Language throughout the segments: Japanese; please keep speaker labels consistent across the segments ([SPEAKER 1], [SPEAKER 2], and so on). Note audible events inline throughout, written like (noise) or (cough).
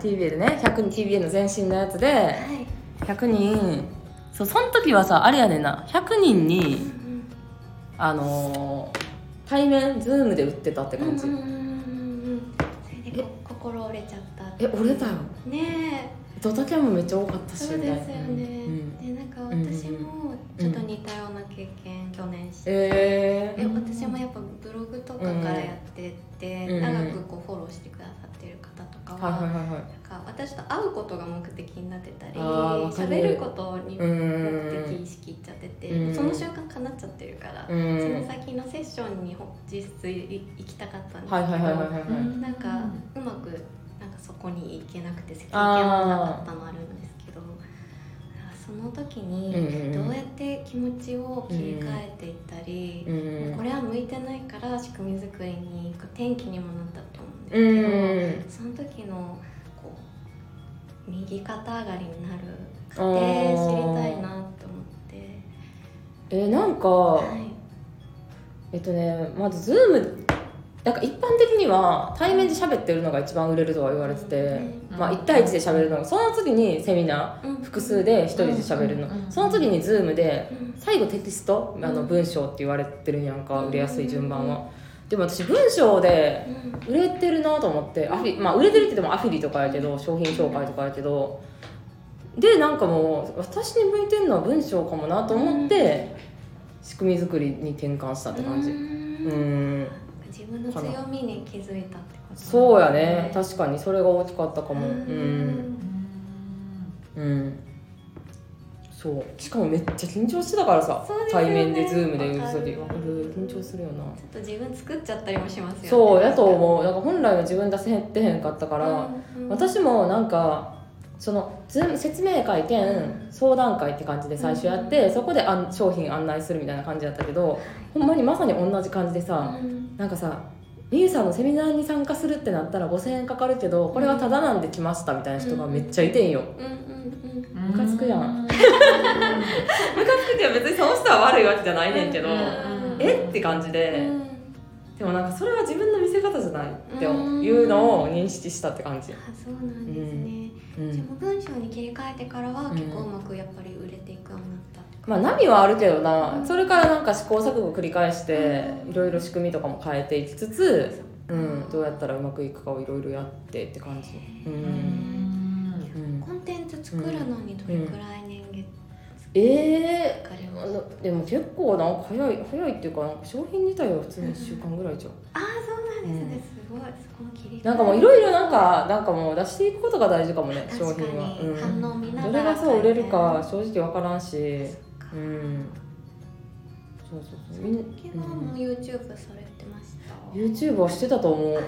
[SPEAKER 1] TBL ね100人 TBL の前身のやつで
[SPEAKER 2] はい
[SPEAKER 1] 100人そうその時はさあれやねんな100人にあのー対面ズームで売ってたって
[SPEAKER 2] うんう
[SPEAKER 1] 感
[SPEAKER 2] ん
[SPEAKER 1] じ、
[SPEAKER 2] うんうんそれでこ心折れちゃった
[SPEAKER 1] え俺だよ
[SPEAKER 2] ね
[SPEAKER 1] ドタキャンもめっちゃ多かっ
[SPEAKER 2] え
[SPEAKER 1] たし
[SPEAKER 2] そうですよね、
[SPEAKER 1] うん
[SPEAKER 2] でなんか私もちょっと似たような経験、去年して、
[SPEAKER 1] えー、
[SPEAKER 2] え私もやっぱブログとかからやってて、
[SPEAKER 1] うん
[SPEAKER 2] 長くこうフォローしてくださってる方とかは、
[SPEAKER 1] はいはいはいはい
[SPEAKER 2] なんか私と会うことが目的になってたり
[SPEAKER 1] あーわかる
[SPEAKER 2] 喋ることに
[SPEAKER 1] う
[SPEAKER 2] 目
[SPEAKER 1] ん
[SPEAKER 2] 的意識いっちゃってて、
[SPEAKER 1] うん
[SPEAKER 2] その瞬間かなっちゃってるから、
[SPEAKER 1] う
[SPEAKER 2] そ
[SPEAKER 1] ん
[SPEAKER 2] の先のセッションにほ実質い行きたかったんですけど、
[SPEAKER 1] はいはいはいはいはいはい
[SPEAKER 3] うん
[SPEAKER 2] なんかうまくなんかそこに行けなくて席行けなかったのあるんですけどその時にどうやって気持ちを切り替えていったり、
[SPEAKER 1] うんうん
[SPEAKER 2] これは向いてないから仕組み作りにこう転機にもなったと思うんです
[SPEAKER 1] う
[SPEAKER 2] けど。
[SPEAKER 1] ん
[SPEAKER 2] その時のこう右肩上がりになる過
[SPEAKER 1] あ
[SPEAKER 2] 程
[SPEAKER 1] ー
[SPEAKER 2] 知りたいなと思って
[SPEAKER 1] えなんか、
[SPEAKER 2] はい
[SPEAKER 1] えっとねまずズームなんか一般的には対面で喋ってるのが一番売れるとは言われてて、
[SPEAKER 3] うん
[SPEAKER 1] まあ、1対1で喋るのがその次にセミナ
[SPEAKER 2] うん
[SPEAKER 1] ー複数で1人で喋るの、
[SPEAKER 3] うん
[SPEAKER 1] その次にズームで
[SPEAKER 2] うん
[SPEAKER 1] 最後テキストあの
[SPEAKER 2] うん
[SPEAKER 1] 文章って言われてるんやんか
[SPEAKER 2] うん
[SPEAKER 1] 売れやすい順番は、でも私文章で
[SPEAKER 2] うん
[SPEAKER 1] 売れてるなと思ってアフィ、まあ、売れてるって言ってもアフィリとかやけど商品紹介とかやけどでなんかもう私に向いてるのは文章かもなと思って、仕組み作りに転換したって感じ
[SPEAKER 2] うー
[SPEAKER 1] うんん
[SPEAKER 2] 自分の強みに気づいたってこと
[SPEAKER 1] そうやね
[SPEAKER 2] か
[SPEAKER 1] 確かにそれが大きかったかもうんうんそうしかもめっちゃ緊張してたからさ、
[SPEAKER 2] そうですよ
[SPEAKER 1] 対
[SPEAKER 2] ね
[SPEAKER 1] 面でズームで
[SPEAKER 2] わ
[SPEAKER 1] 映
[SPEAKER 2] か
[SPEAKER 1] す
[SPEAKER 2] る
[SPEAKER 1] りわかる緊張するよな
[SPEAKER 2] ちょっと自分作っちゃったりもしますよね
[SPEAKER 1] そうやと思うなんか本来の自分出せてへんかったから、
[SPEAKER 2] うんうん
[SPEAKER 1] 私もなんかそのズーム説明会兼相談会って感じで最初やって、そこであん商品案内するみたいな感じだったけどほんまにまさに同じ感じでさ、
[SPEAKER 2] うん
[SPEAKER 1] なんかさみゆさんのセミナーに参加するってなったら5000円かかるけどこれはタダなんで来ましたみたいな人がめっちゃいてんよ (laughs)
[SPEAKER 2] うんうん
[SPEAKER 3] ム
[SPEAKER 1] ムカつくやん
[SPEAKER 3] ん
[SPEAKER 1] いや別にその人は悪いわけじゃないねんけど
[SPEAKER 2] うんうん
[SPEAKER 1] えって感じ
[SPEAKER 2] う
[SPEAKER 1] で
[SPEAKER 2] ん
[SPEAKER 1] でもなんかそれは自分の見せ方じゃないっていうのを認識したって感じ
[SPEAKER 2] あそうなんですね
[SPEAKER 1] うん
[SPEAKER 2] でも文章に切り替えてからは結構うまくやっぱり売れていくようになったって
[SPEAKER 1] ま
[SPEAKER 2] 感じ
[SPEAKER 1] あ波はあるけどなそれからなんか試行錯誤繰り返していろいろ仕組みとかも変えていきつつ、うん、どうやったらうまくいくかをいろいろやってって感じう、
[SPEAKER 3] うん
[SPEAKER 1] う
[SPEAKER 3] ん
[SPEAKER 1] ん、
[SPEAKER 2] コンテンツ作るのにどれくらい年月
[SPEAKER 1] えー、
[SPEAKER 2] かかりま
[SPEAKER 1] あ
[SPEAKER 2] す
[SPEAKER 1] のでも結構なんか早い早いっていうかなんか商品自体は普通に1週間ぐらいじゃん
[SPEAKER 2] ああそうなんですね、すごいそこの切り替え
[SPEAKER 1] なんかもういろいろなんかなんかもう出していくことが大事かもね商
[SPEAKER 2] 確か
[SPEAKER 1] 品は、
[SPEAKER 2] に反応見
[SPEAKER 1] うん、
[SPEAKER 2] な
[SPEAKER 1] ど
[SPEAKER 2] が
[SPEAKER 1] れ
[SPEAKER 2] ら
[SPEAKER 1] がそう売れる
[SPEAKER 2] 変え
[SPEAKER 1] か正直わからんし
[SPEAKER 2] て
[SPEAKER 1] うんそうそうそうみん
[SPEAKER 2] 昨日も YouTube されてました、
[SPEAKER 1] うん、YouTube はしてたと思う、う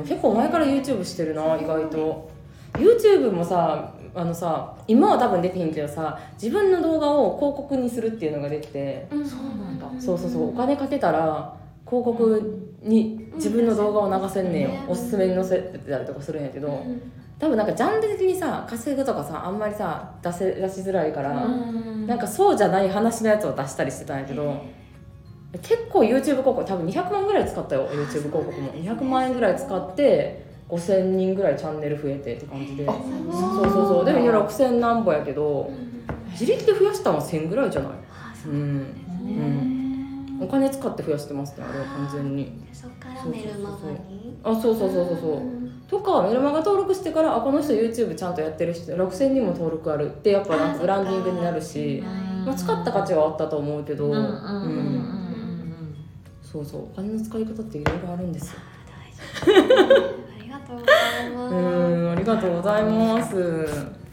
[SPEAKER 1] ん、結構前から YouTube してるな
[SPEAKER 2] す
[SPEAKER 1] 意
[SPEAKER 2] ごい
[SPEAKER 1] 外と YouTube もさあのさ今は多分出てへんけどさ自分の動画を広告にするっていうのができて
[SPEAKER 2] うん
[SPEAKER 3] そうなんだ
[SPEAKER 1] そうそうそうお金かけたら広告に自分の動画を流せんねんよ、
[SPEAKER 2] うん
[SPEAKER 1] おすすめに載せてたりとかするんやけど、
[SPEAKER 2] うん
[SPEAKER 1] 多分なんかジャンル的にさ稼ぐとかさあんまりさ出せ出しづらいから、
[SPEAKER 3] うん
[SPEAKER 1] なんかそうじゃない話のやつを出したりしてたんやけど、結構 YouTube 広告多分200万ぐらい使ったよ YouTube 広告
[SPEAKER 2] そうな
[SPEAKER 1] も、
[SPEAKER 2] んですね
[SPEAKER 1] 200万円ぐらい使って5000人ぐらいチャンネル増えてって感じで、
[SPEAKER 3] あ
[SPEAKER 1] そう
[SPEAKER 2] すご
[SPEAKER 1] そ
[SPEAKER 2] いう
[SPEAKER 1] そうでも今6000何歩やけ
[SPEAKER 2] う
[SPEAKER 1] ど
[SPEAKER 2] ん
[SPEAKER 1] 自力で増やしたのは1000ぐらいじゃない
[SPEAKER 2] あーそううなん
[SPEAKER 3] うん
[SPEAKER 1] お金使って増やしてますねあれは完全に
[SPEAKER 2] だそっからメルマガに
[SPEAKER 1] あそうそうそうそうそう、
[SPEAKER 2] ん
[SPEAKER 1] とかメルマガ登録してからあこの人 YouTube ちゃんとやってる人6000人も登録あるってやっぱなんかブランディングになるし、
[SPEAKER 3] うん
[SPEAKER 1] まあ、使った価値はあったと思うけど、
[SPEAKER 3] うんうんうんう
[SPEAKER 1] う
[SPEAKER 3] ん
[SPEAKER 1] ん
[SPEAKER 3] うん
[SPEAKER 1] そうそうお金の使い方っていろいろあるんですよ
[SPEAKER 2] あー大丈夫ありがとうございます
[SPEAKER 1] うーんありがとうございます